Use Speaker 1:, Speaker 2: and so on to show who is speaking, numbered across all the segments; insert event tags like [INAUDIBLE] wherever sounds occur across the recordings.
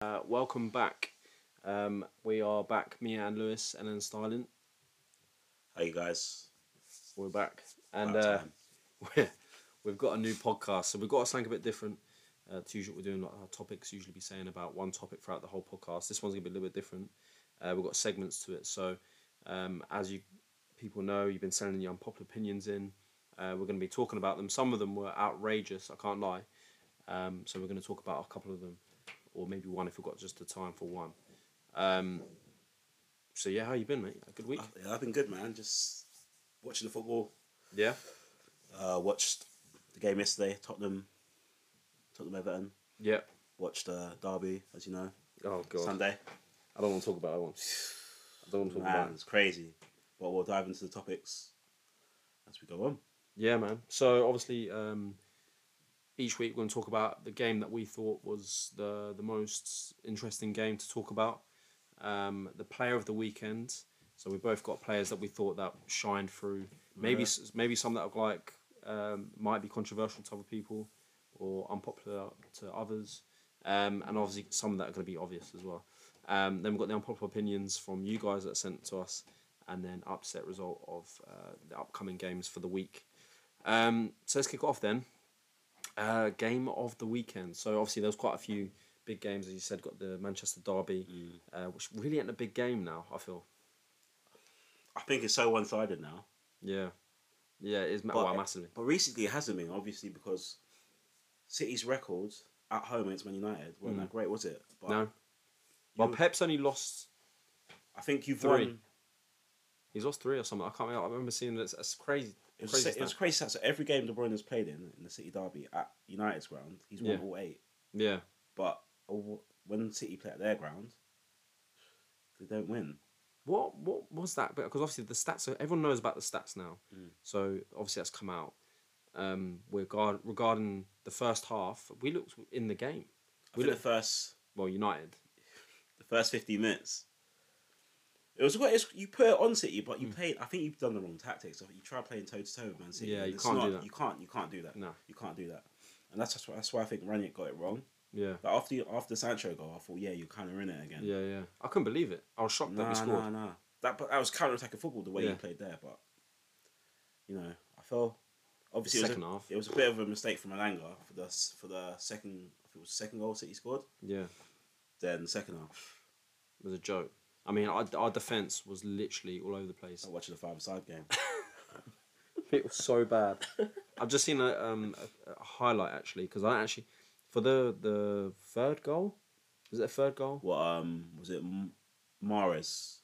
Speaker 1: Uh, welcome back. Um, we are back, me and Lewis, and then Styling.
Speaker 2: How you guys?
Speaker 1: We're back, and
Speaker 2: About
Speaker 1: uh,
Speaker 2: time.
Speaker 1: [LAUGHS] we're, we've got a new podcast, so we've got something a bit different. Uh, to usual, we're doing like our topics. Usually, be saying about one topic throughout the whole podcast. This one's gonna be a little bit different. Uh, we've got segments to it, so um, as you people know, you've been sending your unpopular opinions in. Uh, we're gonna be talking about them. Some of them were outrageous. I can't lie. Um, so we're gonna talk about a couple of them, or maybe one if we've got just the time for one. Um, so yeah, how you been, mate? A good week.
Speaker 2: Yeah, I've been good, man. Just watching the football.
Speaker 1: Yeah.
Speaker 2: Uh, watched the game yesterday. Tottenham, Tottenham Everton.
Speaker 1: Yeah.
Speaker 2: Watched uh, Derby, as you know,
Speaker 1: Oh god.
Speaker 2: Sunday.
Speaker 1: I don't want to talk about that one. I don't want to talk about
Speaker 2: Man,
Speaker 1: it.
Speaker 2: it's crazy. But we'll dive into the topics as we go on.
Speaker 1: Yeah, man. So obviously, um, each week we're going to talk about the game that we thought was the the most interesting game to talk about, um, the player of the weekend. So we both got players that we thought that shined through. Maybe
Speaker 2: Yeah.
Speaker 1: s maybe some that are like um, might be controversial to other people or unpopular to others, um, and obviously some that are going to be obvious as well. Um, then we've got the unpopular opinions from you guys that are sent to us, and then upset result of uh, the upcoming games for the week. Um, so let's kick off then. Uh, game of the weekend. So obviously there was quite a few big games, as you said. Got the Manchester derby,
Speaker 2: Mm.
Speaker 1: uh, which really ain't a big game now. I feel.
Speaker 2: I think it's so one-sided now.
Speaker 1: Yeah, yeah, it's ma-
Speaker 2: But-
Speaker 1: well, massively.
Speaker 2: But recently it hasn't been, obviously, because City's records at home against Man United weren't that great, was it? But
Speaker 1: Hmm. No, well,
Speaker 2: you-
Speaker 1: Pep's only lost.
Speaker 2: I think you've
Speaker 1: Three.
Speaker 2: won.
Speaker 1: He's lost three or something. I can't. remember. I remember seeing this. It's crazy.
Speaker 2: It was,
Speaker 1: crazy
Speaker 2: crazy, it was
Speaker 1: stat.
Speaker 2: crazy stats. So every game De Bruyne has played in in the City derby at United's ground, he's won
Speaker 1: Yeah.
Speaker 2: all eight.
Speaker 1: Yeah,
Speaker 2: But all- when City play at their ground, they don't win.
Speaker 1: What what was that? Because obviously the stats. So everyone knows about the stats now.
Speaker 2: Mm.
Speaker 1: So obviously that's come out. Um, regard, regarding the first half, we looked in the game.
Speaker 2: I
Speaker 1: We
Speaker 2: think the
Speaker 1: looked
Speaker 2: first
Speaker 1: well United.
Speaker 2: the first fifteen minutes. It was quite. It's, you put it on City, but
Speaker 1: Mm.
Speaker 2: you played. I think you've done the wrong tactics. I think You try playing toe to toe with Man City.
Speaker 1: Yeah,
Speaker 2: and
Speaker 1: you
Speaker 2: it's
Speaker 1: can't do
Speaker 2: not-
Speaker 1: that.
Speaker 2: You can't. You can't do that.
Speaker 1: No.
Speaker 2: you can't do that. And that's that's why, that's why I think Ranić got it wrong.
Speaker 1: Yeah,
Speaker 2: But after you- after the Sancho goal, I thought, yeah, you're kind of in it again.
Speaker 1: yeah, yeah. I couldn't believe it. I was shocked that
Speaker 2: Nah,
Speaker 1: we scored.
Speaker 2: nah, nah. That but that was counter attacking football the way
Speaker 1: Yeah.
Speaker 2: he played there. But you know, I felt obviously
Speaker 1: Second
Speaker 2: it was a,
Speaker 1: half.
Speaker 2: It was a bit of a mistake from Alanga for the s- for the second. I think it was the second goal City scored.
Speaker 1: Yeah,
Speaker 2: Then the second half,
Speaker 1: it was a joke. I mean, our, our defense was literally all over the place.
Speaker 2: I watched the five
Speaker 1: [LAUGHS]
Speaker 2: side game.
Speaker 1: It was so bad. [LAUGHS] I've just seen a, um, a, a highlight actually because I actually for the the third goal. Was it a third goal?
Speaker 2: what um was it? M- Mares,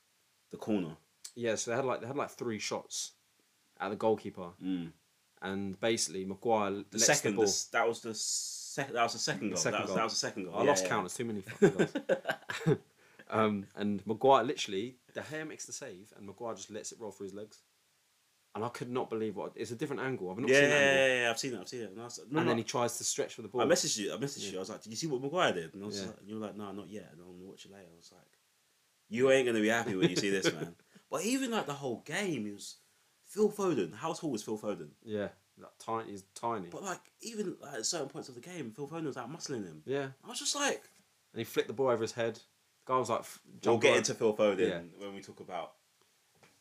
Speaker 2: the corner.
Speaker 1: Yeah, so they had like they had like three shots at the goalkeeper,
Speaker 2: Mm.
Speaker 1: and basically Maguire
Speaker 2: The
Speaker 1: lets
Speaker 2: second.
Speaker 1: the
Speaker 2: The
Speaker 1: ball.
Speaker 2: s- that was the second. That was the second goal.
Speaker 1: second
Speaker 2: that, was,
Speaker 1: goal.
Speaker 2: that was the second goal.
Speaker 1: I
Speaker 2: Yeah,
Speaker 1: lost
Speaker 2: yeah.
Speaker 1: count. It's too
Speaker 2: [LAUGHS]
Speaker 1: many fucking goals. um, and Maguire literally, De Gea makes the save, and Maguire just lets it roll through his legs. And I could not believe what it's a different angle. I've not
Speaker 2: Yeah,
Speaker 1: seen that.
Speaker 2: yeah,
Speaker 1: angle.
Speaker 2: yeah, yeah, I've seen it. I've seen it. And, I was, no,
Speaker 1: And
Speaker 2: no,
Speaker 1: then he tries to stretch for the ball.
Speaker 2: I messaged you. I messaged you. I was like, "Did you see what Maguire did?" And, I was
Speaker 1: Yeah.
Speaker 2: like, and you were like, "No, not yet." And I'm gonna watch it later. I was like, "You ain't gonna be happy when you see this,
Speaker 1: [LAUGHS]
Speaker 2: man." But even like the whole game, he was Phil Foden. How tall was Phil Foden?
Speaker 1: yeah, that tiny. He's tiny.
Speaker 2: But like even like, at certain points of the game, Phil Foden was out muscling him.
Speaker 1: yeah,
Speaker 2: I was just like,
Speaker 1: and he flicked the ball over his head. The guy was like, f-
Speaker 2: "We'll
Speaker 1: jump
Speaker 2: get
Speaker 1: on.
Speaker 2: into Phil Foden
Speaker 1: Yeah.
Speaker 2: when we talk about."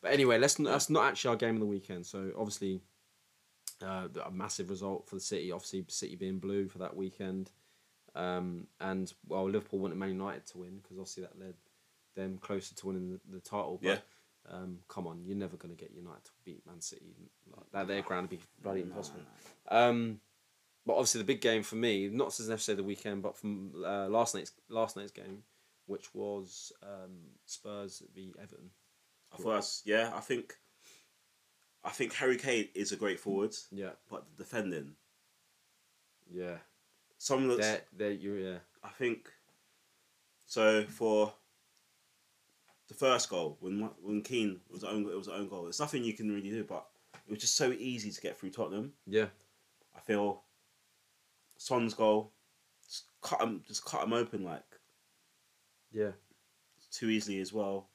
Speaker 1: But anyway, let's n- that's not actually our game of the weekend. So obviously, uh, a massive result for the City. Obviously, City being blue for that weekend, um, and well, Liverpool wanted Man United to win because obviously that led them closer to winning the, the title. But
Speaker 2: Yeah.
Speaker 1: um, come on, you're never going to get United to beat Man City. Like, that their ground would be bloody
Speaker 2: Nah,
Speaker 1: impossible.
Speaker 2: nah.
Speaker 1: Um, but obviously, the big game for me, not as necessarily the weekend, but from uh, last night's last night's game, which was um, Spurs v Everton.
Speaker 2: I thought that's- yeah. I think, I think Harry Kane is a great forward,
Speaker 1: Yeah,
Speaker 2: but the defending
Speaker 1: yeah.
Speaker 2: some of the
Speaker 1: That that you yeah
Speaker 2: I think so for the first goal when Mo- when Keane it was own it was own goal. It's nothing you can really do, but it was just so easy to get through Tottenham.
Speaker 1: yeah
Speaker 2: I feel Son's goal just cut him just cut him open like
Speaker 1: yeah
Speaker 2: too easily as well.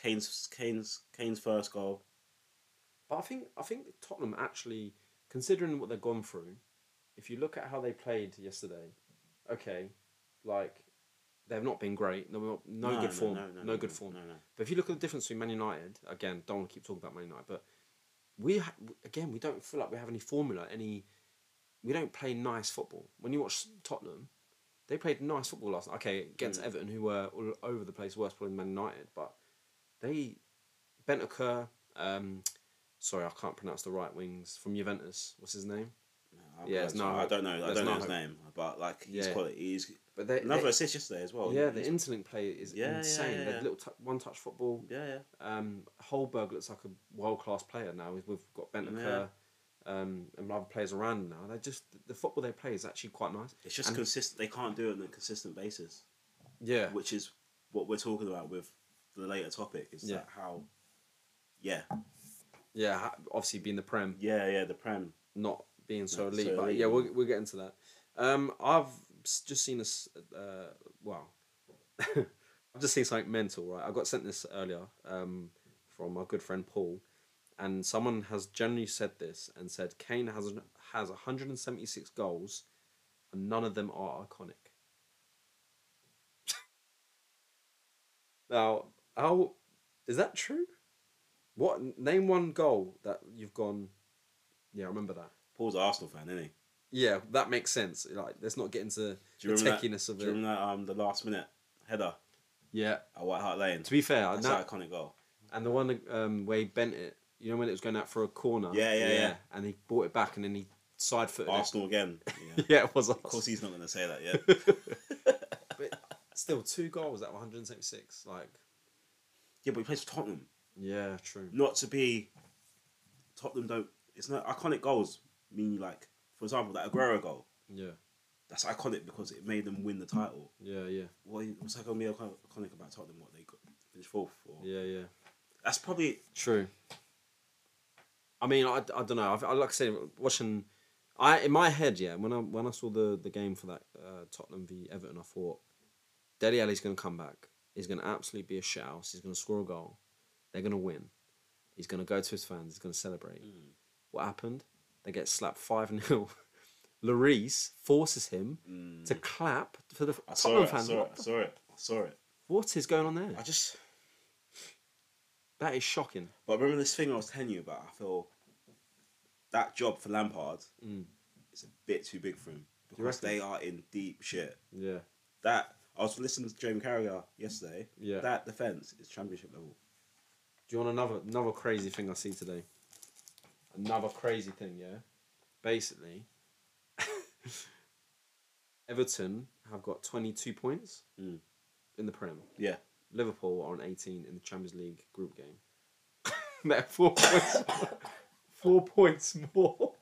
Speaker 2: Kane's Kane's Kane's first goal.
Speaker 1: but i think i think tottenham actually considering what they've gone through if you look at how they played yesterday okay like they've not been great. No, no, no good form. No, good form.
Speaker 2: No, no.
Speaker 1: But if you look at the difference between Man United, again, don't want to keep talking about Man United, but we ha- again we don't feel like we have any formula, any. We don't play nice football. When you watch Tottenham, they played nice football last night. Okay, against
Speaker 2: Mm.
Speaker 1: Everton, who were all over the place, worse probably than Man United, but they Bentaker. Um, sorry, I can't pronounce the right wings from Juventus. What's his name?
Speaker 2: I'll
Speaker 1: Yeah,
Speaker 2: be
Speaker 1: it's
Speaker 2: honest,
Speaker 1: no
Speaker 2: I
Speaker 1: hope.
Speaker 2: don't know. I
Speaker 1: There's
Speaker 2: don't
Speaker 1: no
Speaker 2: know his
Speaker 1: hope.
Speaker 2: name, but like he's
Speaker 1: Yeah.
Speaker 2: quality. He's
Speaker 1: But they,
Speaker 2: another
Speaker 1: they-
Speaker 2: assist yesterday as well.
Speaker 1: yeah, the
Speaker 2: He's-
Speaker 1: interlink play is
Speaker 2: Yeah, yeah,
Speaker 1: insane.
Speaker 2: yeah,
Speaker 1: The
Speaker 2: yeah.
Speaker 1: little t- one-touch football.
Speaker 2: yeah, yeah.
Speaker 1: Um, Holberg looks like a world-class player now. We've, we've got Bentaker um, and other players around now. They just the football they play is actually quite nice.
Speaker 2: It's just
Speaker 1: And-
Speaker 2: consistent. They can't do it on a consistent basis,
Speaker 1: Yeah,
Speaker 2: which is what we're talking about with the later topic. Is
Speaker 1: Yeah.
Speaker 2: that how? Yeah,
Speaker 1: yeah. ha- Obviously, being the prem,
Speaker 2: yeah, yeah. The prem.
Speaker 1: not being so
Speaker 2: No,
Speaker 1: elite,
Speaker 2: so
Speaker 1: but
Speaker 2: elite,
Speaker 1: yeah,
Speaker 2: yeah.
Speaker 1: we'll we'll get into that. Um, I've s- just seen this. Uh, wow, [LAUGHS] I've just seen something mental. Right, I got sent this earlier. Um, from my good friend Paul, and someone has generally said this and said Kane has has 176 goals, and none of them are iconic. [LAUGHS] now, how is that true? What name one goal that you've gone? Yeah, I remember that.
Speaker 2: Paul's an Arsenal fan, isn't he?
Speaker 1: Yeah, that makes sense. Like, let's not get into
Speaker 2: Do you
Speaker 1: the
Speaker 2: remember
Speaker 1: techiness
Speaker 2: that?
Speaker 1: of
Speaker 2: Do
Speaker 1: it.
Speaker 2: you remember that, um the last minute header
Speaker 1: Yeah.
Speaker 2: at White Hart Lane?
Speaker 1: To be fair, I
Speaker 2: That's
Speaker 1: know-
Speaker 2: an
Speaker 1: [LAUGHS]
Speaker 2: iconic goal.
Speaker 1: and the one um, where he bent it, you know, when it was going out for a corner.
Speaker 2: Yeah, yeah, yeah.
Speaker 1: And he brought it back, and then he side footed it. [LAUGHS]
Speaker 2: Arsenal again. Yeah.
Speaker 1: Yeah, it was us.
Speaker 2: of course, he's not going to say that
Speaker 1: [LAUGHS]
Speaker 2: yet.
Speaker 1: but still, two goals out of 176. Like,
Speaker 2: yeah, but he plays for Tottenham.
Speaker 1: yeah, true.
Speaker 2: Not to be Tottenham. Don't. It's not iconic goals. Mean like, for example, that Aguero goal.
Speaker 1: Yeah,
Speaker 2: That's iconic because it made them win the title.
Speaker 1: yeah, yeah,
Speaker 2: What what's that going to be iconic iconic about Tottenham? What they got finished fourth? Or,
Speaker 1: yeah, yeah.
Speaker 2: That's probably
Speaker 1: True. I mean, I, I don't know. I, I like I said, watching, I in my head, yeah. When I when I saw the the game for that uh, Tottenham v Everton, I thought, Deli Ali's going to come back. He's going to absolutely be a shithouse. He's going to score a goal. They're going to win. He's going to go to his fans. He's going to celebrate.
Speaker 2: Mm.
Speaker 1: What happened? They get slapped five 0 [LAUGHS] Lloris forces him to clap for the
Speaker 2: Mm. I saw
Speaker 1: Tottenham
Speaker 2: it. I
Speaker 1: fans.
Speaker 2: saw it.
Speaker 1: What
Speaker 2: I saw it. I saw it.
Speaker 1: what is going on there?
Speaker 2: I just.
Speaker 1: That is shocking.
Speaker 2: But remember this thing I was telling you about. I feel that job for Lampard
Speaker 1: Mm.
Speaker 2: is a bit too big for him because
Speaker 1: reckon?
Speaker 2: they are in deep shit.
Speaker 1: Yeah.
Speaker 2: That I was listening to Jamie Carragher yesterday.
Speaker 1: Yeah.
Speaker 2: That defense is championship level.
Speaker 1: Do you want another another crazy thing I see today? Another crazy thing, yeah. Basically, [LAUGHS] Everton have got twenty two points
Speaker 2: Mm.
Speaker 1: in the Prem.
Speaker 2: Yeah.
Speaker 1: Liverpool are on eighteen in the Champions League group game. [LAUGHS] They're four points, [LAUGHS] four points more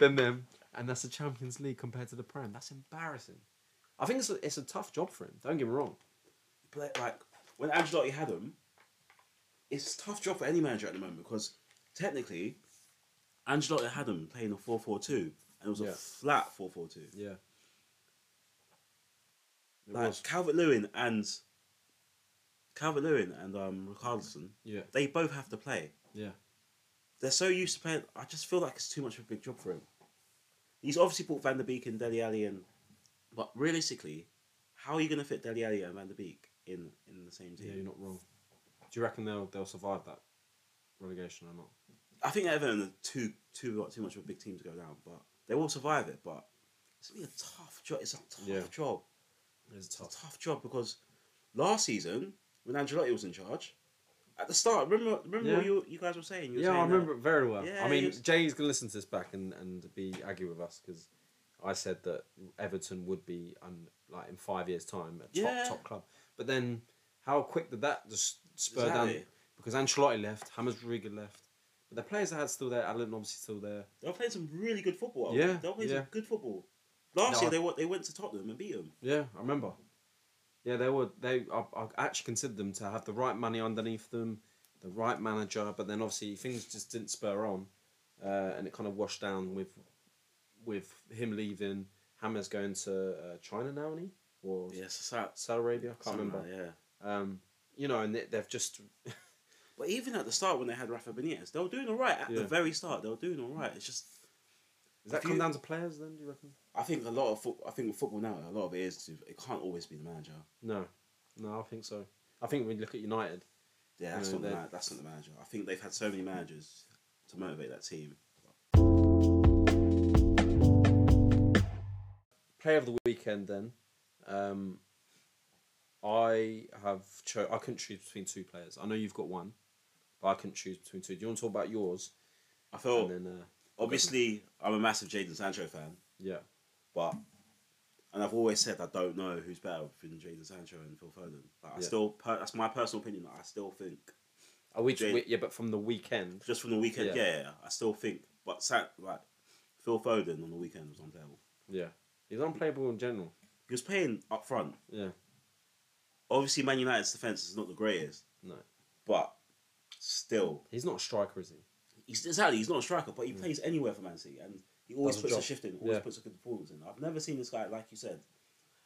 Speaker 1: than them, and that's the Champions League compared to the Prem. That's embarrassing. I think it's a, it's a tough job for him. Don't get me wrong.
Speaker 2: Play- Like when Angelotti had him, it's a tough job for any manager at the moment because technically, Angelotti had him playing a 4-4-2 and it was a
Speaker 1: Yeah.
Speaker 2: flat 4-4-2.
Speaker 1: Yeah. It
Speaker 2: Like
Speaker 1: was.
Speaker 2: Calvert Lewin and Calvert Lewin and um Richarlison,
Speaker 1: Yeah.
Speaker 2: they both have to play.
Speaker 1: Yeah.
Speaker 2: They're so used to playing. I just feel like it's too much of a big job for him. He's obviously bought Van der Beek and Deli Alley, and but realistically, how are you going to fit Deli Alley and Van der Beek in in the same
Speaker 1: Yeah,
Speaker 2: team?
Speaker 1: you're not wrong. Do you reckon they'll they'll survive that relegation or not?
Speaker 2: I think Everton are too too too much of a big team to go down, but they will survive it. But it's gonna be a tough job. It's a tough
Speaker 1: Yeah.
Speaker 2: job.
Speaker 1: It's
Speaker 2: It's a tough job because last season when Angelotti was in charge, at the start, remember remember what
Speaker 1: Yeah.
Speaker 2: you you guys were saying? You were
Speaker 1: Yeah, I
Speaker 2: saying that-
Speaker 1: remember it very well.
Speaker 2: Yeah,
Speaker 1: I mean,
Speaker 2: it was-
Speaker 1: Jay's gonna listen to this back and, and be aggy with us because I said that Everton would be un, like in five years' time a top
Speaker 2: Yeah.
Speaker 1: top club. But then, how quick did that just spur down?
Speaker 2: Exactly.
Speaker 1: Because Ancelotti left, Hammers Riga left, but the players they had still there. Allen obviously still there.
Speaker 2: They were playing some really good football.
Speaker 1: Yeah,
Speaker 2: they were playing
Speaker 1: yeah.
Speaker 2: some good football. Last
Speaker 1: No, I-
Speaker 2: year they went they went to Tottenham and beat them.
Speaker 1: Yeah, I remember. Yeah, they were. They I, I actually considered them to have the right money underneath them, the right manager, but then obviously things just didn't spur on, uh, and it kind of washed down with, with him leaving. Hammer's going to uh, China now, and he or
Speaker 2: Yeah, so sad.
Speaker 1: Saudi Arabia. I can't
Speaker 2: Something
Speaker 1: remember.
Speaker 2: like that, yeah,
Speaker 1: Um, you know, and they, they've just
Speaker 2: but even at the start when they had Rafa Benitez, they were doing all right. At
Speaker 1: Yeah.
Speaker 2: the very start, they were doing all right. It's just
Speaker 1: Does that
Speaker 2: If
Speaker 1: come
Speaker 2: you-
Speaker 1: down to players then? Do you reckon?
Speaker 2: I think a lot of foot, I think with football now, a lot of it is to, it can't always be the manager.
Speaker 1: No, no, I think so. I think when you look at United,
Speaker 2: Yeah, that's
Speaker 1: No,
Speaker 2: not the
Speaker 1: they-
Speaker 2: man, that's not the manager. I think they've had so many managers to motivate that team.
Speaker 1: player of the weekend then um i have cho- i couldn't choose between two players i know you've got one but i couldn't choose between two do you want to talk about yours
Speaker 2: I feel
Speaker 1: and then uh
Speaker 2: obviously I'm a massive Jaden Sancho fan,
Speaker 1: yeah
Speaker 2: but and I've always said I don't know who's better between Jaden Sancho and Phil Foden. Like, I
Speaker 1: Yeah.
Speaker 2: still per, that's my personal opinion. Like, I still think
Speaker 1: are we,
Speaker 2: Jane-
Speaker 1: we- yeah but from the weekend
Speaker 2: just from the weekend,
Speaker 1: Yeah.
Speaker 2: yeah, yeah, I still think. But San, like Phil Foden on the weekend was unplayable.
Speaker 1: yeah he's unplayable in general
Speaker 2: He was playing up front.
Speaker 1: yeah
Speaker 2: Obviously, Man United's defense is not the greatest,
Speaker 1: no
Speaker 2: but still,
Speaker 1: he's not a striker is he
Speaker 2: he's exactly he's not a striker, but he plays anywhere for Man City, and he
Speaker 1: Mm. Does
Speaker 2: always
Speaker 1: the
Speaker 2: puts a
Speaker 1: job.
Speaker 2: shift in, always
Speaker 1: Yeah.
Speaker 2: puts a good performance in. I've never seen this guy like you said.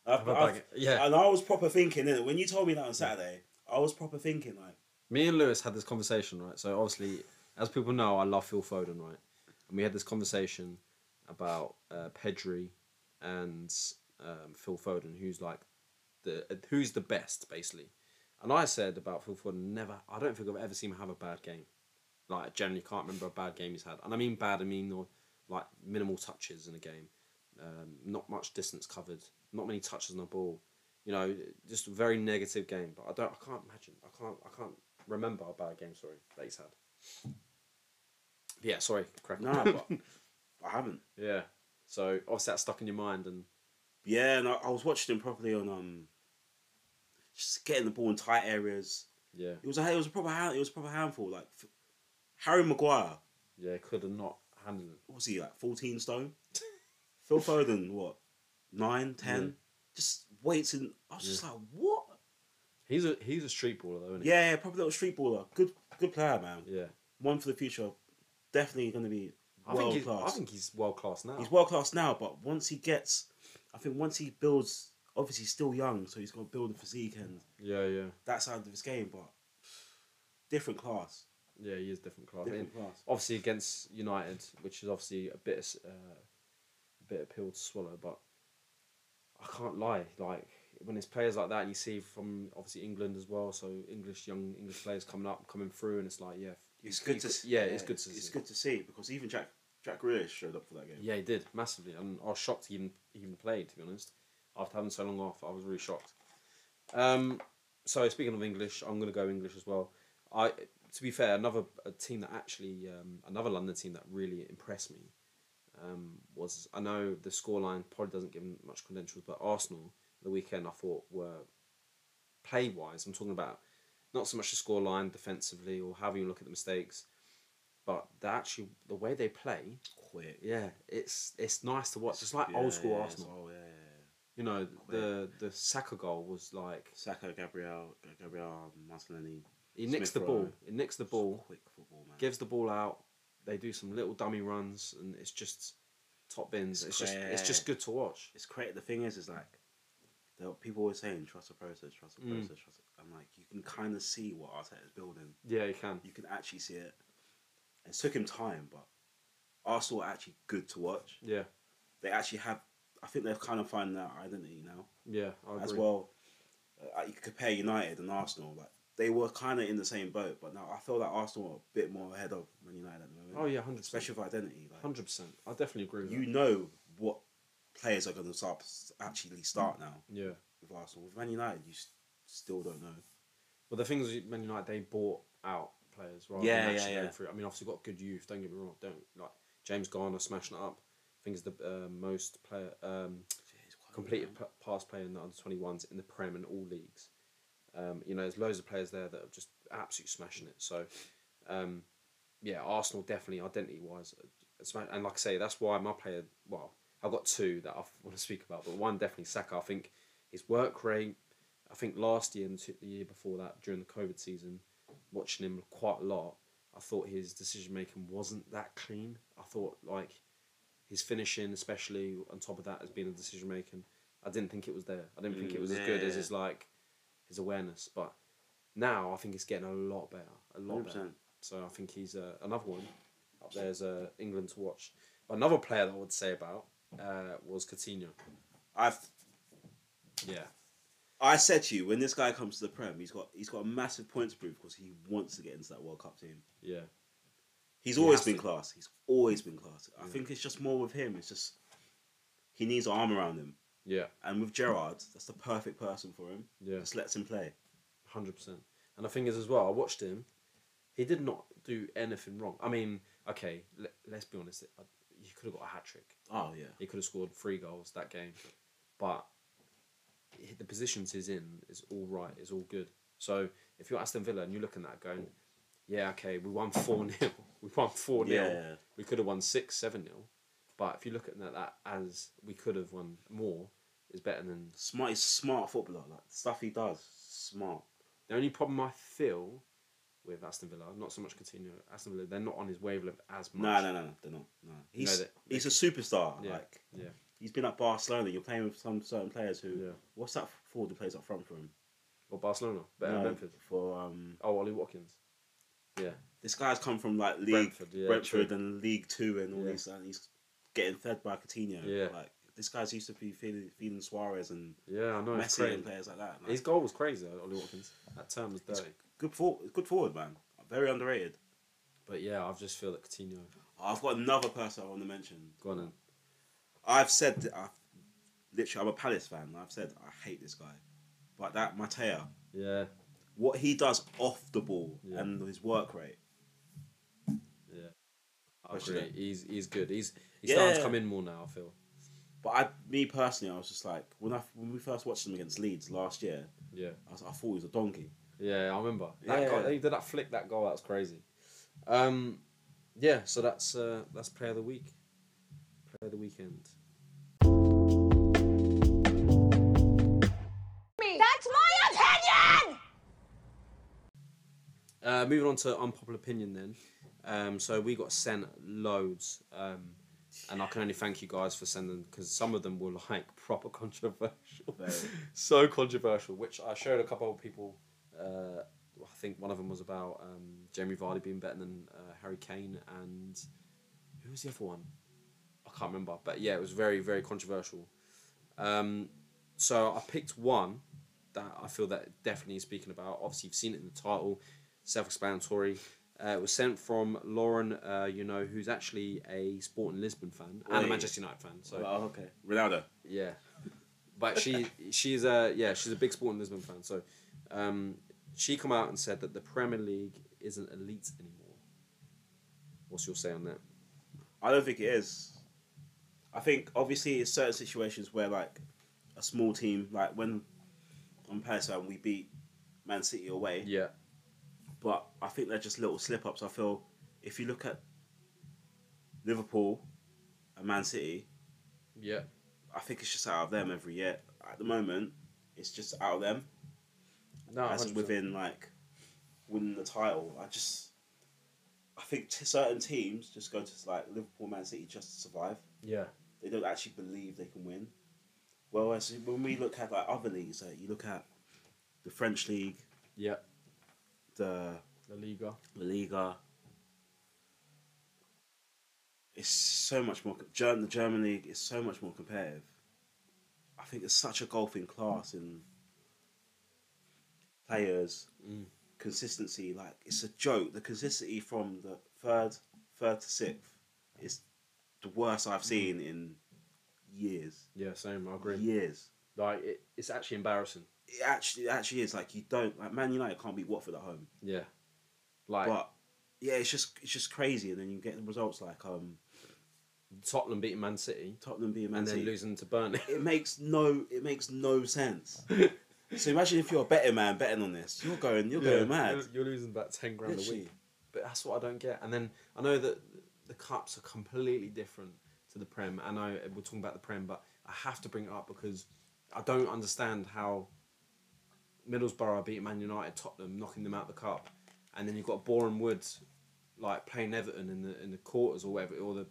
Speaker 2: I've,
Speaker 1: Have a
Speaker 2: I've-
Speaker 1: bag- yeah Mm.
Speaker 2: And I was proper thinking innit? when you told me that on Saturday. I was proper thinking like,
Speaker 1: me and lewis had this conversation right so obviously as people know i love phil foden right and we had this conversation about uh, pedri and um, phil foden who's like the uh, who's the best basically. And I said about Phil Foden, never. I don't think I've ever seen him have a bad game. Like I generally can't remember a bad game he's had, and I mean bad. I mean or, like minimal touches in a game, um, not much distance covered, not many touches on the ball. You know, just a very negative game. But I don't. I can't imagine. I can't. I can't remember a bad game. Sorry, that he's had. Yeah, sorry. Crack on.
Speaker 2: nah, but I haven't.
Speaker 1: yeah. So obviously that's stuck in your mind, and
Speaker 2: Yeah, and I, I was watching him properly on um, just getting the ball in tight areas.
Speaker 1: yeah,
Speaker 2: It was a it was a proper hand, it was a proper handful. Like f- Harry Maguire,
Speaker 1: yeah, could have not handled it.
Speaker 2: what was he like fourteen stone? [LAUGHS] Phil Foden, what nine, ten? Just waits and I was just like, what?
Speaker 1: He's a he's a street baller though, isn't he?
Speaker 2: Yeah, yeah, proper little street baller. Good, good player, man.
Speaker 1: Yeah.
Speaker 2: One for the future. Definitely going to be
Speaker 1: I
Speaker 2: world
Speaker 1: think he's,
Speaker 2: class.
Speaker 1: I think he's world class now.
Speaker 2: He's world class now, but once he gets, I think once he builds, obviously he's still young, so he's got to build a physique and
Speaker 1: yeah, yeah,
Speaker 2: that side of his game, but different class.
Speaker 1: yeah. He is different class. I mean,
Speaker 2: Different class.
Speaker 1: obviously against United, which is obviously a bit uh, a bit of pill to swallow, but I can't lie. Like when it's players like that, and you see from obviously England as well, so English young English players coming up, coming through, and it's like yeah,
Speaker 2: It's good to
Speaker 1: could-
Speaker 2: see.
Speaker 1: yeah, it's good to
Speaker 2: It's
Speaker 1: see.
Speaker 2: good to see because even Jack Jack Grealish showed up for that game.
Speaker 1: yeah, he did massively, and I was shocked he even he even played. To be honest, after having so long off, I was really shocked. Um, so speaking of English, I'm going to go English as well. I, to be fair, another a team that actually um, another London team that really impressed me um, was I know the scoreline probably doesn't give them much credentials, but Arsenal the weekend I thought were play wise. I'm talking about not so much the scoreline defensively or however you look at the mistakes, but the actually the way they play
Speaker 2: Quick.
Speaker 1: yeah, it's it's nice to watch. It's like old school Arsenal.
Speaker 2: Oh yeah, yeah, yeah.
Speaker 1: You know,
Speaker 2: Quick.
Speaker 1: the the Saka goal was like
Speaker 2: Saka, Gabriel, Gabriel, Martinelli.
Speaker 1: he nicks the
Speaker 2: Smith
Speaker 1: ball.
Speaker 2: Rowe.
Speaker 1: He nicks the ball,
Speaker 2: Quick football man.
Speaker 1: gives the ball out. They do some little dummy runs, and it's just top bins. It's,
Speaker 2: It's
Speaker 1: just it's just good to watch.
Speaker 2: it's great. The thing is, is like, there are people always saying trust the process, trust the
Speaker 1: Mm.
Speaker 2: process, trust. The, I'm like, you can kind of see what Arteta's building.
Speaker 1: Yeah, you can.
Speaker 2: You can actually see it. It took him time, but Arsenal are actually good to watch.
Speaker 1: Yeah,
Speaker 2: They actually have. I think they've kind of found their identity now.
Speaker 1: yeah, I agree.
Speaker 2: as well. Uh, you could compare United and Arsenal, like they were kind of in the same boat, but now I feel like Arsenal are a bit more ahead of Man United at the moment.
Speaker 1: Oh yeah, hundred percent.
Speaker 2: especially with identity. Like,
Speaker 1: Hundred percent. I definitely agree with
Speaker 2: you
Speaker 1: that.
Speaker 2: know what players are going to start actually start now
Speaker 1: Yeah.
Speaker 2: with Arsenal. With Man United, you s- still don't know.
Speaker 1: Well, the thing is, Man United they bought out players rather
Speaker 2: Yeah,
Speaker 1: than
Speaker 2: yeah,
Speaker 1: actually going
Speaker 2: yeah.
Speaker 1: through. I mean, obviously got good youth. Don't get me wrong. Don't like James Garner smashing it up. I think he's the uh, most player um, completed p- pass play in the under 21s in the Prem and all leagues. Um, you know, there's loads of players there that are just absolutely smashing it. So, um, yeah, Arsenal definitely identity wise, and like I say, that's why my player. Well, I've got two that I want to speak about, but one definitely Saka. I think his work rate. I think last year and t- the year before that, during the COVID season, watching him quite a lot, I thought his decision making wasn't that clean. I thought like his finishing, especially on top of that, has been a decision making. I didn't think it was there. I didn't think it
Speaker 2: Mm,
Speaker 1: was as
Speaker 2: yeah,
Speaker 1: good as
Speaker 2: yeah.
Speaker 1: his like his awareness. But now I think it's getting a lot better, a lot better.
Speaker 2: 100%.
Speaker 1: So I think he's uh, another one up there as uh, England to watch. But Another player that I would say about uh, was Coutinho.
Speaker 2: I've
Speaker 1: Yeah,
Speaker 2: I said to you when this guy comes to the prem, he's got he's got a massive points proof because he wants to get into that World Cup team.
Speaker 1: yeah,
Speaker 2: He's
Speaker 1: He
Speaker 2: always
Speaker 1: has
Speaker 2: been
Speaker 1: to.
Speaker 2: class. He's always been class. I
Speaker 1: Yeah.
Speaker 2: think it's just more with him. It's just he needs an arm around him,
Speaker 1: yeah,
Speaker 2: and with Gerard, that's the perfect person for him.
Speaker 1: yeah.
Speaker 2: Just lets him play.
Speaker 1: Hundred percent. And the thing is, as well, I watched him. He did not do anything wrong. I mean, okay, let, let's be honest. I- He could have got a hat trick.
Speaker 2: Oh yeah,
Speaker 1: He could have scored three goals that game, but he- the positions he's in is all right. Is all good. So if you're Aston Villa and you're looking at that going, yeah, okay, we won four [LAUGHS] 0 we won four 0
Speaker 2: yeah.
Speaker 1: we could have won six, seven 0 But if you're looking at that as we could have won more, is better than
Speaker 2: Smart. He's a smart footballer. Like the stuff he does, smart.
Speaker 1: The only problem I feel with Aston Villa, not so much Coutinho, Aston Villa, they're not on his wavelength as much.
Speaker 2: No, no, no, no, they're not. No, he's
Speaker 1: they- they-
Speaker 2: he's a superstar.
Speaker 1: Yeah.
Speaker 2: Like
Speaker 1: Yeah.
Speaker 2: he's been at Barcelona. You're playing with some certain players who.
Speaker 1: Yeah.
Speaker 2: What's that forward who plays up front for him?
Speaker 1: Or Barcelona, better than
Speaker 2: No,
Speaker 1: uh, Brentford.
Speaker 2: For um,
Speaker 1: Oh, Ollie Watkins. Yeah,
Speaker 2: this guy's come from like league
Speaker 1: Brentford,
Speaker 2: Brentford,
Speaker 1: yeah, true.
Speaker 2: and League Two and all
Speaker 1: Yeah.
Speaker 2: these, and he's getting fed by Coutinho.
Speaker 1: Yeah.
Speaker 2: Like this guy's used to be feeding, feeding Suarez and
Speaker 1: yeah, I know. it's
Speaker 2: Messi
Speaker 1: crazy.
Speaker 2: and players like that. Like,
Speaker 1: His goal was crazy, though, Ollie Watkins. That term was
Speaker 2: He's-
Speaker 1: dirty.
Speaker 2: good for good forward man. Very underrated.
Speaker 1: But yeah, I just feel that Coutinho.
Speaker 2: I've got another person I want to mention.
Speaker 1: Go on then.
Speaker 2: I've said that I've literally I'm a Palace fan. I've said I hate this guy, but that Mateo,
Speaker 1: Yeah,
Speaker 2: what he does off the ball
Speaker 1: Yeah.
Speaker 2: and his work rate.
Speaker 1: yeah. I
Speaker 2: Question
Speaker 1: agree.
Speaker 2: it.
Speaker 1: He's, he's good. He's, he's starting to
Speaker 2: Yeah.
Speaker 1: come in more now, I feel.
Speaker 2: But I, me personally, I was just like when I when we first watched him against Leeds last year,
Speaker 1: Yeah.
Speaker 2: I, was, I thought he was a donkey.
Speaker 1: Yeah, I remember. That
Speaker 2: Yeah.
Speaker 1: goal, he did that flick, that goal, that was crazy. Um, yeah, so that's uh, that's player of the week. Player of the weekend.
Speaker 3: That's my opinion!
Speaker 1: Uh, moving on to unpopular opinion then. Um, so we got sent loads, um, and I can only thank you guys for sending because some of them were like [LAUGHS] proper controversial,
Speaker 2: [LAUGHS] Very.
Speaker 1: so controversial. Which I showed a couple of people. Uh, I think one of them was about um, Jamie Vardy being better than uh, Harry Kane, and who was the other one? I can't remember, but yeah, it was very very controversial. Um, so I picked one that I feel that definitely is speaking about. Obviously, you've seen it in the title, self-explanatory. Uh, it was sent from Lauren, uh, you know, who's actually a Sporting Lisbon fan and a
Speaker 2: Oi.
Speaker 1: Manchester United fan. So
Speaker 2: oh, okay. Ronaldo.
Speaker 1: yeah, but she she's a yeah she's a big Sporting Lisbon fan. So um, she come out and said that the Premier League isn't elite anymore. What's your say on that?
Speaker 2: I don't think it is. I think obviously it's certain situations where like a small team, like when on Paris and we beat Man City away,
Speaker 1: Yeah,
Speaker 2: but I think they're just little slip ups. I feel if you look at Liverpool and Man City,
Speaker 1: yeah,
Speaker 2: I think it's just out of them every year. At the moment, it's just out of them.
Speaker 1: no,
Speaker 2: as in within like winning the title. I just I think t- certain teams just go to like Liverpool, Man City just to survive.
Speaker 1: yeah,
Speaker 2: They don't actually believe they can win. Well, as when we look at like other leagues, like you look at the French league,
Speaker 1: yeah,
Speaker 2: the
Speaker 1: La Liga.
Speaker 2: La Liga. It's so much more. Germ- The German league is so much more competitive. I think there's such a golfing class in players
Speaker 1: Mm.
Speaker 2: consistency. Like it's a joke. The consistency from the third, third to sixth is the worst I've seen in years.
Speaker 1: Yeah, same. I agree.
Speaker 2: Years.
Speaker 1: Like it, it's actually embarrassing.
Speaker 2: It actually, it actually is like you don't like Man United can't beat Watford at home.
Speaker 1: Yeah, like
Speaker 2: but yeah, it's just it's just crazy, and then you get the results like um
Speaker 1: Tottenham beating Man City
Speaker 2: Tottenham beating Man
Speaker 1: and
Speaker 2: City.
Speaker 1: then losing to Burnley.
Speaker 2: It makes no it makes
Speaker 1: [LAUGHS]
Speaker 2: no sense. so imagine if you're a betting man betting on this, you're going you're going
Speaker 1: [LAUGHS]
Speaker 2: mad.
Speaker 1: You're, you're losing about ten grand a
Speaker 2: Literally.
Speaker 1: week. But that's what I don't get. And then I know that the cups are completely different to the Prem. I know we're talking about the Prem, but I have to bring it up because I don't understand how Middlesbrough beat Man United, Tottenham, knocking them out the cup, and then you've got Boreham Woods like playing Everton in the in the quarters or whatever, or the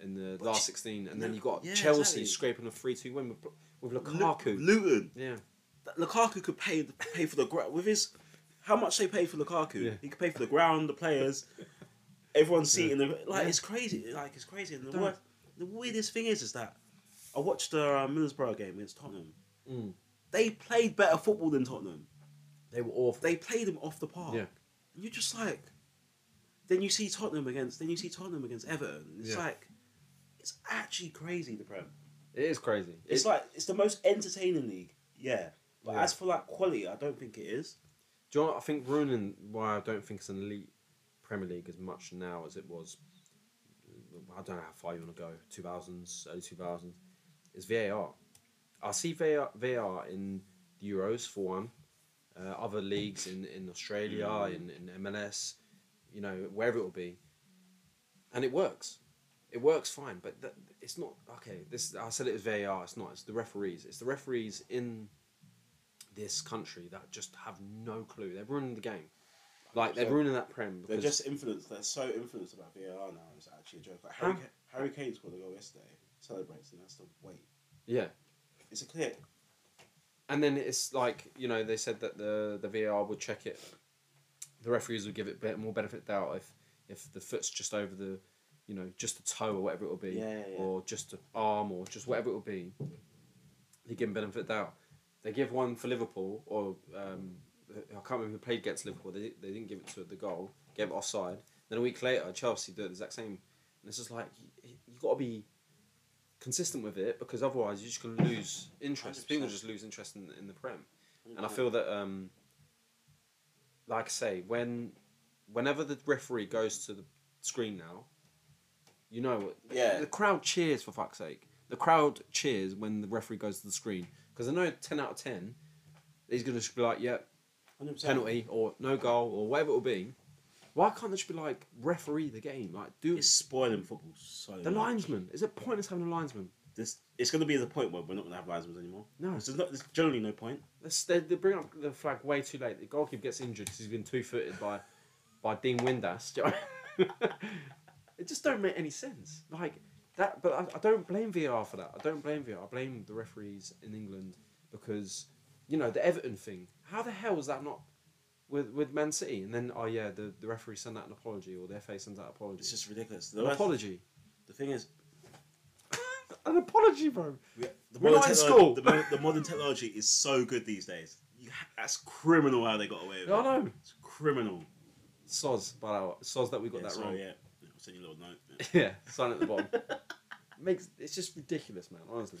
Speaker 1: in the last sixteen, and then
Speaker 2: no,
Speaker 1: you've got
Speaker 2: yeah,
Speaker 1: Chelsea
Speaker 2: exactly.
Speaker 1: scraping a three two win with, with
Speaker 2: Lu-
Speaker 1: Lukaku.
Speaker 2: Luton.
Speaker 1: yeah,
Speaker 2: That Lukaku could pay the, pay for the ground with his how much they pay for Lukaku.
Speaker 1: Yeah.
Speaker 2: He could pay for the ground, the players. everyone's seating the like
Speaker 1: Yeah.
Speaker 2: it's crazy. Like it's crazy. And the
Speaker 1: Don't-
Speaker 2: worst, the weirdest thing is, is that I watched the uh, Middlesbrough game against Tottenham.
Speaker 1: Mm.
Speaker 2: They played better football than Tottenham.
Speaker 1: They were awful.
Speaker 2: They played them off the park.
Speaker 1: Yeah.
Speaker 2: And you're just like, then you see Tottenham against, then you see Tottenham against Everton. and It's
Speaker 1: Yeah.
Speaker 2: like, it's actually crazy. The Prem.
Speaker 1: It is crazy.
Speaker 2: It's
Speaker 1: It-
Speaker 2: like it's the most entertaining league. Yeah. But
Speaker 1: Yeah.
Speaker 2: as for like quality, I don't think it is.
Speaker 1: Do you know what I think ruining why I don't think it's an elite Premier League as much now as it was? I don't know how far you want to go, 2000s, early 2000s, is VAR. I see VAR, VAR in the Euros for one, uh, other leagues in, in Australia, in, in MLS, you know, wherever it will be. And it works. It works fine, but that, it's not okay. This I said it was VAR. It's not. It's the referees. It's the referees in this country that just have no clue. They're ruining the game. Like they're
Speaker 2: So-
Speaker 1: ruining that prem
Speaker 2: They're
Speaker 1: because
Speaker 2: just influenced. They're so influenced about VAR now. It's actually a joke. Like Harry,
Speaker 1: Huh?
Speaker 2: Ca- Harry Kane scored a goal yesterday. Celebrates, and that's the weight.
Speaker 1: yeah.
Speaker 2: It's a clear.
Speaker 1: And then it's like you know they said that the the VAR would check it. The referees would give it bit more benefit of the doubt if if the foot's just over the, you know, just a toe or whatever it will be,
Speaker 2: Yeah, yeah, yeah.
Speaker 1: or just an arm or just whatever it will be. They give 'em benefit of the doubt. They give one for Liverpool or um, I can't remember who played against Liverpool. They, they didn't give it to the goal. Gave it offside. Then a week later, Chelsea do the exact same. And it's just like you, you got to be consistent with it because otherwise you're just going to lose interest.
Speaker 2: 100%.
Speaker 1: People just lose interest in, in the prem. And I feel that, um, like I say, when whenever the referee goes to the screen now, you know, what-
Speaker 2: Yeah.
Speaker 1: the crowd cheers for fuck's sake. The crowd cheers when the referee goes to the screen because I know ten out of ten, he's going to be like, "Yep,
Speaker 2: 100%.
Speaker 1: penalty or no goal or whatever it will be." Why can't they just be like referee the game? Like, do
Speaker 2: It's spoiling football so.
Speaker 1: the
Speaker 2: much.
Speaker 1: linesman? Is it pointless having a linesman?
Speaker 2: This it's going to be the point where we're not going to have linesmen anymore.
Speaker 1: No.
Speaker 2: there's, not, there's generally no point.
Speaker 1: That's- They, they bring up the flag way too late. The goalkeeper gets injured because he's been two footed by, by Dean Windass. [LAUGHS] Do you know what I mean? it just don't make any sense. Like that, but I, I don't blame VR for that. I don't blame VR. I blame the referees in England because, you know, the Everton thing. How the hell was that not with with Man City? And then oh yeah, the, the referee sent out an apology or the FA sends out an apology.
Speaker 2: It's just ridiculous. The,
Speaker 1: an
Speaker 2: worst-
Speaker 1: apology.
Speaker 2: the thing is,
Speaker 1: an apology, bro.
Speaker 2: we, the
Speaker 1: We're
Speaker 2: modern
Speaker 1: not in
Speaker 2: techno-
Speaker 1: school.
Speaker 2: The, mo- the modern technology is so good these days. You ha- that's criminal how they got away with
Speaker 1: No,
Speaker 2: it.
Speaker 1: I know.
Speaker 2: It's criminal.
Speaker 1: Soz, but I- soz that we got
Speaker 2: yeah,
Speaker 1: that
Speaker 2: sorry,
Speaker 1: wrong.
Speaker 2: Yeah, I'll send you a little note. Yeah.
Speaker 1: [LAUGHS] Yeah, sign at the bottom. Makes it's just ridiculous, man. Honestly.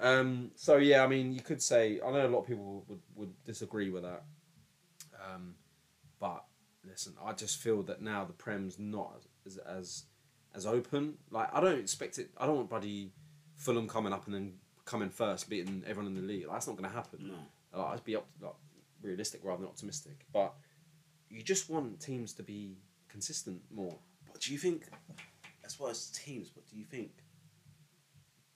Speaker 1: Um, so yeah, I mean, you could say I know a lot of people would would disagree with that, um, but listen, I just feel that now the prem's not as as as open. Like I don't expect it. I don't want bloody Fulham coming up and then coming first, beating everyone in the league. Like, that's not going to happen.
Speaker 2: No.
Speaker 1: Like, I'd be up, like, realistic rather than optimistic. But you just want teams to be consistent more.
Speaker 2: But do you think, as well as teams, but do you think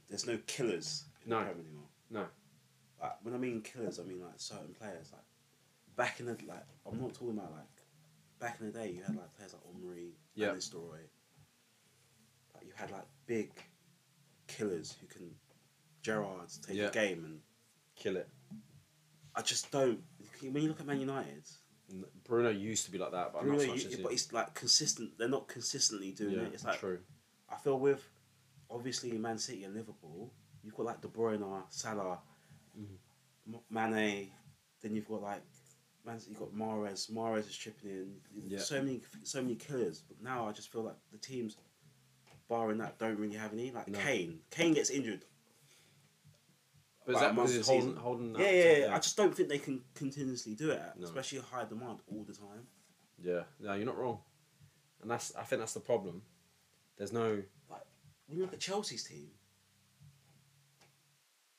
Speaker 2: there's no killers in
Speaker 1: No.
Speaker 2: the Prem anymore?
Speaker 1: No.
Speaker 2: Like, when I mean killers, I mean like certain players. Like back in the like, I'm not talking about like back in the day. You had like players like Omri,
Speaker 1: Yeah.
Speaker 2: Van Nistelrooy. Like you had like big killers who can Gerrard take
Speaker 1: Yeah.
Speaker 2: a game, and
Speaker 1: Kill it.
Speaker 2: I just don't. When you look at Man United,
Speaker 1: N- Bruno used to be like that, but
Speaker 2: Bruno,
Speaker 1: not so much
Speaker 2: you-
Speaker 1: as he-
Speaker 2: but it's like consistent. They're not consistently doing
Speaker 1: yeah,
Speaker 2: it. It's like
Speaker 1: true.
Speaker 2: I feel with obviously Man City and Liverpool, you've got like De Bruyne, Salah,
Speaker 1: Mm.
Speaker 2: M- Mane. Then you've got like Man City, you've got Mares. Mares is chipping in.
Speaker 1: Yeah.
Speaker 2: So many, so many killers. But now I just feel like the teams, barring that, don't really have any. Like
Speaker 1: No.
Speaker 2: Kane, Kane gets injured.
Speaker 1: But
Speaker 2: like,
Speaker 1: is that
Speaker 2: amongst
Speaker 1: because he's
Speaker 2: the
Speaker 1: holding,
Speaker 2: season.
Speaker 1: holding that?
Speaker 2: yeah, yeah, yeah. I just don't think they can continuously do it,
Speaker 1: No.
Speaker 2: especially high demand all the time.
Speaker 1: yeah. No, you're not wrong, and that's I think that's the problem. There's no.
Speaker 2: Like when you look at Chelsea's team,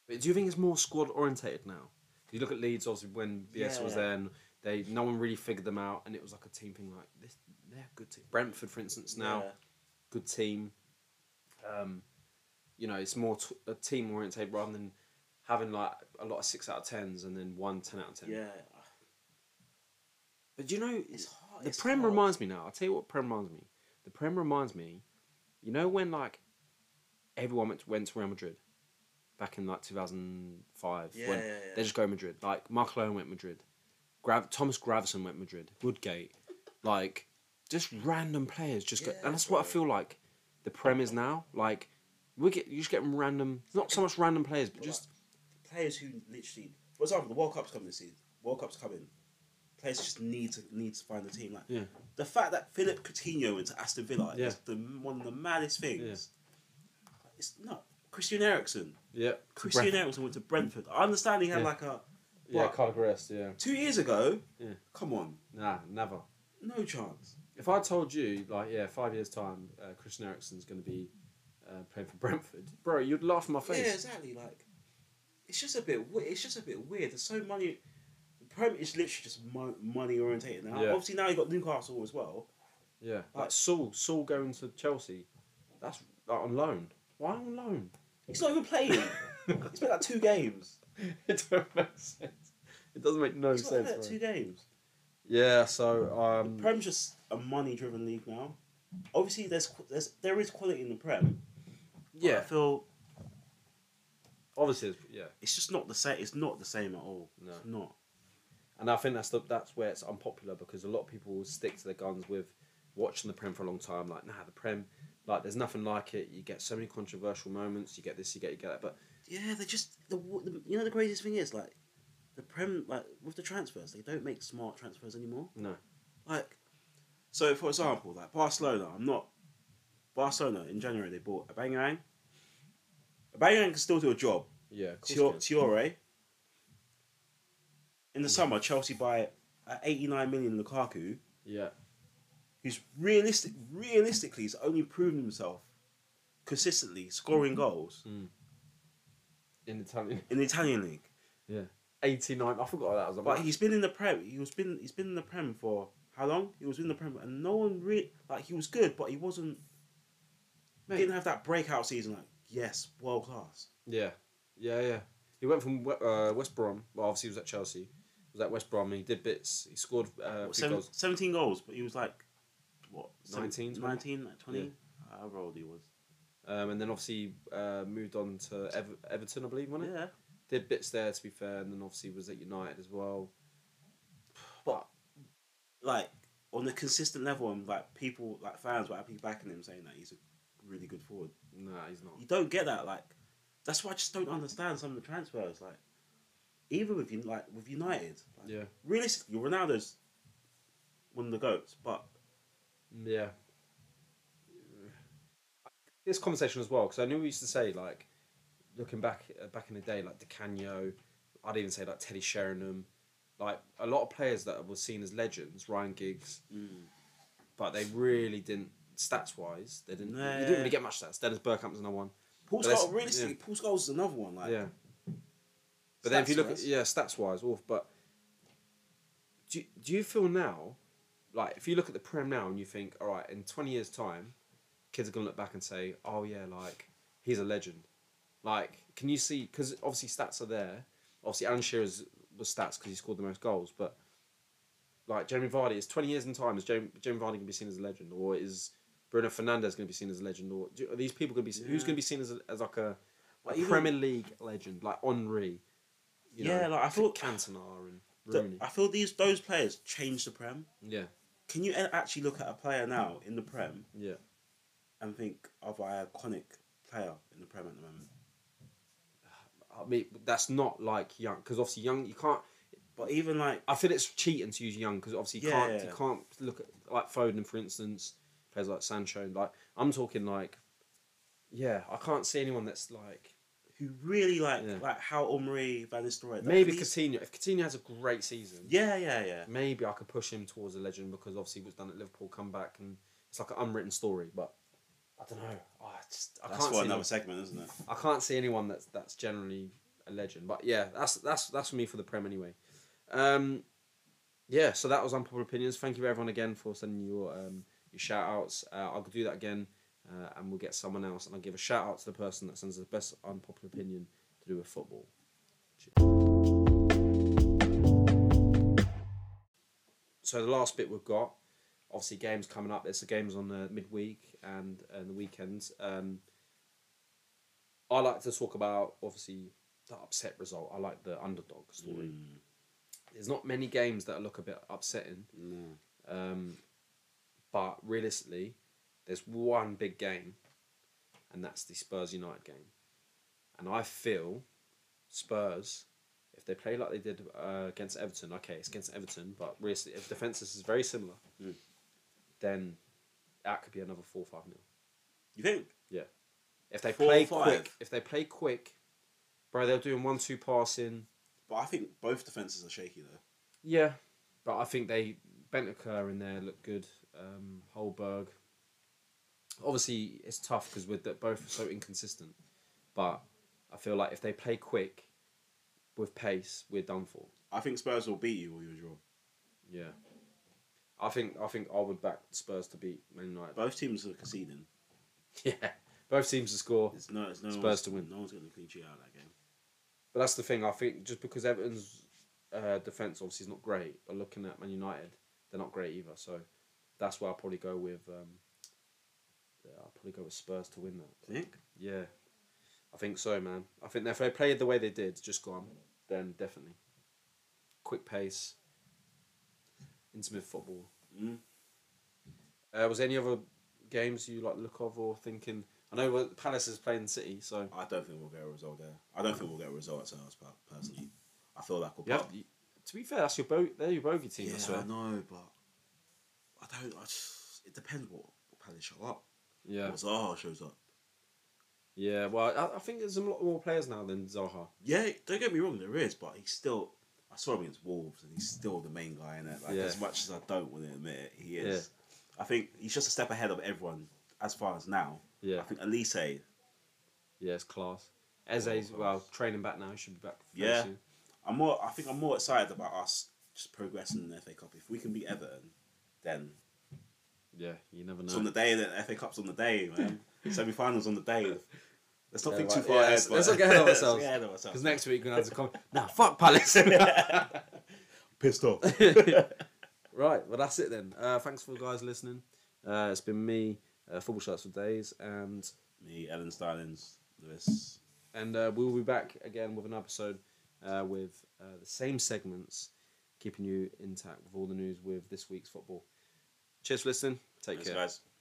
Speaker 1: But do you think it's more squad orientated now? 'Cause You look at Leeds, obviously, when Bielsa was
Speaker 2: Yeah.
Speaker 1: there, and they no one really figured them out, and it was like a team thing. Like this, they're a good team. Brentford, for instance, now
Speaker 2: yeah,
Speaker 1: good team. Um, you know, it's more t- a team orientated rather than having like a lot of six out of tens and then one 10 out of ten.
Speaker 2: yeah,
Speaker 1: But do you know,
Speaker 2: It's hard-
Speaker 1: the
Speaker 2: it's
Speaker 1: Prem
Speaker 2: hard.
Speaker 1: reminds me now. I'll tell you what Prem reminds me. The Prem reminds me, you know, when like everyone went to, went to Real Madrid back in like 2005.
Speaker 2: Yeah,
Speaker 1: when
Speaker 2: yeah, yeah.
Speaker 1: They just go Madrid. Like Mark Lone went Madrid. Grav- Thomas Gravison went Madrid. Woodgate. Like, just random players just go,
Speaker 2: Yeah,
Speaker 1: and that's what I
Speaker 2: bro.
Speaker 1: feel like the prem is now. Like we get you just get random, not so much random players, but
Speaker 2: But
Speaker 1: just
Speaker 2: like, players who literally, for example, the World Cup's coming this season. World Cup's coming. Players just need to need to find a team. Like
Speaker 1: yeah,
Speaker 2: the fact that Philip Coutinho went to Aston Villa
Speaker 1: Yeah.
Speaker 2: is the one of the maddest things. It's not Christian Eriksen.
Speaker 1: yeah.
Speaker 2: Christian Eriksen went to Brentford. I understand he had
Speaker 1: Yeah.
Speaker 2: like a
Speaker 1: yeah,
Speaker 2: What?
Speaker 1: Cardiff Arrest, yeah.
Speaker 2: two years ago.
Speaker 1: Yeah.
Speaker 2: Come on,
Speaker 1: Nah, never.
Speaker 2: no chance.
Speaker 1: If I told you, like, yeah, five years time, uh, Christian Eriksen's going to be uh, playing for [LAUGHS] Brentford, bro, you'd laugh in my
Speaker 2: Yeah,
Speaker 1: face.
Speaker 2: exactly. Like it's just a bit. we- It's just a bit weird. There's so money. The Premier is literally just mon- money orientated now.
Speaker 1: Yeah.
Speaker 2: Obviously now you have got Newcastle as well.
Speaker 1: Yeah, like Saul, Saul going to Chelsea, that's like, on loan. Why on loan? [LAUGHS]
Speaker 2: He's not even playing. He's been like two games.
Speaker 1: it don't make sense. It doesn't make no
Speaker 2: He's not been like
Speaker 1: sense.
Speaker 2: two
Speaker 1: Bro.
Speaker 2: games.
Speaker 1: Yeah, so
Speaker 2: The
Speaker 1: um,
Speaker 2: Prem's just a money-driven league now. Obviously, there's qu- there's there is quality in the Prem. but I
Speaker 1: yeah,
Speaker 2: feel
Speaker 1: obviously, it's- yeah,
Speaker 2: it's just not the same. It's not the same at all.
Speaker 1: No.
Speaker 2: It's not.
Speaker 1: and I think that's the, that's where it's unpopular because a lot of people will stick to their guns with watching the Prem for a long time. Like, nah, the Prem, like, there's nothing like it. You get so many controversial moments. You get this, you get you get that, but
Speaker 2: Yeah, they just the, w- the you know the craziest thing is like the Prem like with the transfers they don't make smart transfers anymore.
Speaker 1: no,
Speaker 2: Like, so for example, like Barcelona, I'm not. Barcelona in January they bought Abangang. Abangang can still do a job.
Speaker 1: yeah, of course
Speaker 2: Tio-
Speaker 1: it is. Hmm.
Speaker 2: Tiore. In the summer, Chelsea buy at 89 million Lukaku,
Speaker 1: yeah,
Speaker 2: who's realistic, realistically, has only proven himself consistently
Speaker 1: Hmm.
Speaker 2: scoring goals
Speaker 1: in Italian.
Speaker 2: in the Italian league.
Speaker 1: Yeah, eighty nine. I forgot what that was.
Speaker 2: But
Speaker 1: About.
Speaker 2: he's been in the prem. He was been he's been in the prem for how long? He was in the prem, and no one really like he was good, but he wasn't.
Speaker 1: Mate.
Speaker 2: Didn't have that breakout season. Like yes, world class.
Speaker 1: Yeah, yeah, yeah. He went from We- uh, West Brom. Well, obviously he was at Chelsea. He was at West Brom. And he did bits. He scored uh, a few
Speaker 2: Seven,
Speaker 1: goals.
Speaker 2: Seventeen goals, but he was like what? seven-
Speaker 1: 19, 20?
Speaker 2: 19, like twenty. However old he was.
Speaker 1: Um, and then obviously uh, moved on to Ever- Everton, I believe, wasn't it?
Speaker 2: Yeah.
Speaker 1: Did bits there, to be fair, and then obviously was at United as well. But
Speaker 2: like on a consistent level and like people like fans were happy backing him saying that he's a really good forward.
Speaker 1: nah, he's not.
Speaker 2: You don't get that like that's why I just don't understand some of the transfers like even with Un- like with United like,
Speaker 1: Yeah,
Speaker 2: realistically Ronaldo's one of the goats but
Speaker 1: yeah. This conversation as well, because I knew we used to say like, looking back uh, back in the day, like De Canio, I'd even say like Teddy Sheringham, like a lot of players that were seen as legends, Ryan Giggs, but they really didn't stats wise. They didn't.
Speaker 2: Nah.
Speaker 1: You didn't really get much stats. Dennis Burkamp's another one.
Speaker 2: Paul
Speaker 1: But that's-
Speaker 2: Scholes realistically Paul Scholes is another one like
Speaker 1: yeah. But then if you look at
Speaker 2: stats-wise.
Speaker 1: yeah, stats wise, off. But do you, do you feel now, like if you look at the prem now and you think, all right, in twenty years' time, kids are gonna look back and say, oh yeah, like he's a legend. Like, can you see? Because obviously stats are there. Obviously, Alan Shearer's was stats because he scored the most goals, but. Like Jamie Vardy is twenty years in time. Is Jamie, Jamie Vardy going to be seen as a legend, or is Bruno Fernandez going to be seen as a legend, or do, are these people going to be who's
Speaker 2: Yeah.
Speaker 1: going to be seen as, a, as like a
Speaker 2: But
Speaker 1: a
Speaker 2: even-
Speaker 1: Premier League legend like Henri. You
Speaker 2: Yeah,
Speaker 1: know,
Speaker 2: like, I
Speaker 1: Ca-
Speaker 2: thought-
Speaker 1: Cantona and
Speaker 2: Th-
Speaker 1: Rooney.
Speaker 2: I feel these those players change the prem
Speaker 1: yeah,
Speaker 2: can you a- actually look at a player now in the prem
Speaker 1: yeah,
Speaker 2: and think of an iconic player in the prem at the moment
Speaker 1: I mean that's not like young because obviously young you can't.
Speaker 2: but even like
Speaker 1: I feel it's cheating to use young because obviously you
Speaker 2: Yeah,
Speaker 1: can't
Speaker 2: yeah.
Speaker 1: you can't look at like Foden for instance players like Sancho like I'm talking like yeah I can't see anyone that's like
Speaker 2: who really like
Speaker 1: Yeah.
Speaker 2: like how Omri Van Nistelrooy. like,
Speaker 1: maybe
Speaker 2: these-
Speaker 1: Coutinho if Coutinho has a great season
Speaker 2: Yeah, yeah, yeah.
Speaker 1: maybe I could push him towards a legend because obviously what's done at Liverpool come back and it's like an unwritten story but I don't know I just I
Speaker 2: That's
Speaker 1: can't see
Speaker 2: why
Speaker 1: Mm,
Speaker 2: another
Speaker 1: anyone-
Speaker 2: segment, isn't it?
Speaker 1: I can't see anyone that's that's generally a legend. But yeah, that's that's that's for me for the Prem anyway. Um, yeah, so that was unpopular opinions. Thank you everyone again for sending your um, your shout outs. Uh, I'll do that again, uh, and we'll get someone else, and I'll give a shout out to the person that sends the best unpopular opinion to do with football. So the last bit we've got, obviously games coming up. There's the games on the midweek and and the weekends. Um, I like to talk about obviously the upset result. I like the underdog story. There's not many games that look a bit upsetting,
Speaker 2: No.
Speaker 1: um, But realistically, there's one big game, and that's the Spurs United game. And I feel Spurs, if they play like they did uh, against Everton, okay, it's against Everton, but realistically, if defences is very similar,
Speaker 2: Mm.
Speaker 1: then that could be another four five nil.
Speaker 2: You think?
Speaker 1: If they
Speaker 2: Four,
Speaker 1: play
Speaker 2: five.
Speaker 1: quick, if they play quick, bro, they're doing one two passing.
Speaker 2: But I think both defenses are shaky though.
Speaker 1: Yeah, but I think they Bentaker in there looked good. Um, Holberg. Obviously, it's tough because we're th- both so inconsistent. But I feel like if they play quick, with pace, we're done for.
Speaker 2: I think Spurs will beat you or you'll draw.
Speaker 1: Yeah. I think I think I would back Spurs to beat Man United. [LAUGHS]
Speaker 2: Both teams are conceding.
Speaker 1: yeah, both teams to score.
Speaker 2: It's no, it's no
Speaker 1: Spurs
Speaker 2: one's-
Speaker 1: to win.
Speaker 2: No one's going to clean sheet out of that game.
Speaker 1: But that's the thing. I think just because Everton's uh, defense obviously is not great, but looking at Man United, they're not great either. So that's why I'll probably go with. Um, yeah, I'll probably go with Spurs to win that.
Speaker 2: Think?
Speaker 1: Yeah, I think so, man. I think if they played the way they did, just gone, then definitely. Quick pace. Intimate football.
Speaker 2: Mm.
Speaker 1: Uh, was there any other games you like look of or thinking? I know uh, Palace is playing City, so
Speaker 2: I don't think we'll get a result there. I don't think we'll get a result at Spurs per- personally. I feel like we'll.
Speaker 1: you have. you- to be fair, that's your bo- they're your bogey team.
Speaker 2: yeah,
Speaker 1: I
Speaker 2: I
Speaker 1: swear.
Speaker 2: know, but I don't. I just, it depends what, what Palace show up.
Speaker 1: Yeah.
Speaker 2: What Zaha shows up.
Speaker 1: Yeah, well, I, I think there's a lot more players now than Zaha.
Speaker 2: Yeah, don't get me wrong, there is, but he's still. I saw him against Wolves, and he's still the main guy in it. Like
Speaker 1: Yeah.
Speaker 2: as much as I don't want to admit it, he is. I think he's just a step ahead of everyone as far as now.
Speaker 1: Yeah,
Speaker 2: I think Elise.
Speaker 1: yeah, it's class. Eze's
Speaker 2: class.
Speaker 1: well training back now. He should be back. very
Speaker 2: Yeah.
Speaker 1: soon.
Speaker 2: I'm more. I think I'm more excited about us just progressing in the FA Cup. If we can beat Everton, then
Speaker 1: yeah. You never know.
Speaker 2: it's on the day. Then FA Cup's on the day,
Speaker 1: [LAUGHS]
Speaker 2: man. Semi-finals on the day. Let's not
Speaker 1: Yeah,
Speaker 2: think
Speaker 1: right,
Speaker 2: too far
Speaker 1: yeah,
Speaker 2: ahead.
Speaker 1: let's-
Speaker 2: but-
Speaker 1: let's not get ahead
Speaker 2: [LAUGHS]
Speaker 1: of ourselves.
Speaker 2: get ahead of ourselves.
Speaker 1: Because next week we're gonna have to come. nah, fuck Palace.
Speaker 2: [LAUGHS]
Speaker 1: [LAUGHS]
Speaker 2: pissed off.
Speaker 1: right. Well, that's it then. Uh, thanks for guys listening. Uh, it's been me, uh, football shirts for days, and
Speaker 2: Me, Ellen Stylings, Lewis.
Speaker 1: and uh, we'll be back again with an episode uh, with uh, the same segments, keeping you intact with all the news with this week's football. Cheers for listening. Take
Speaker 2: Thanks,
Speaker 1: care.
Speaker 2: guys.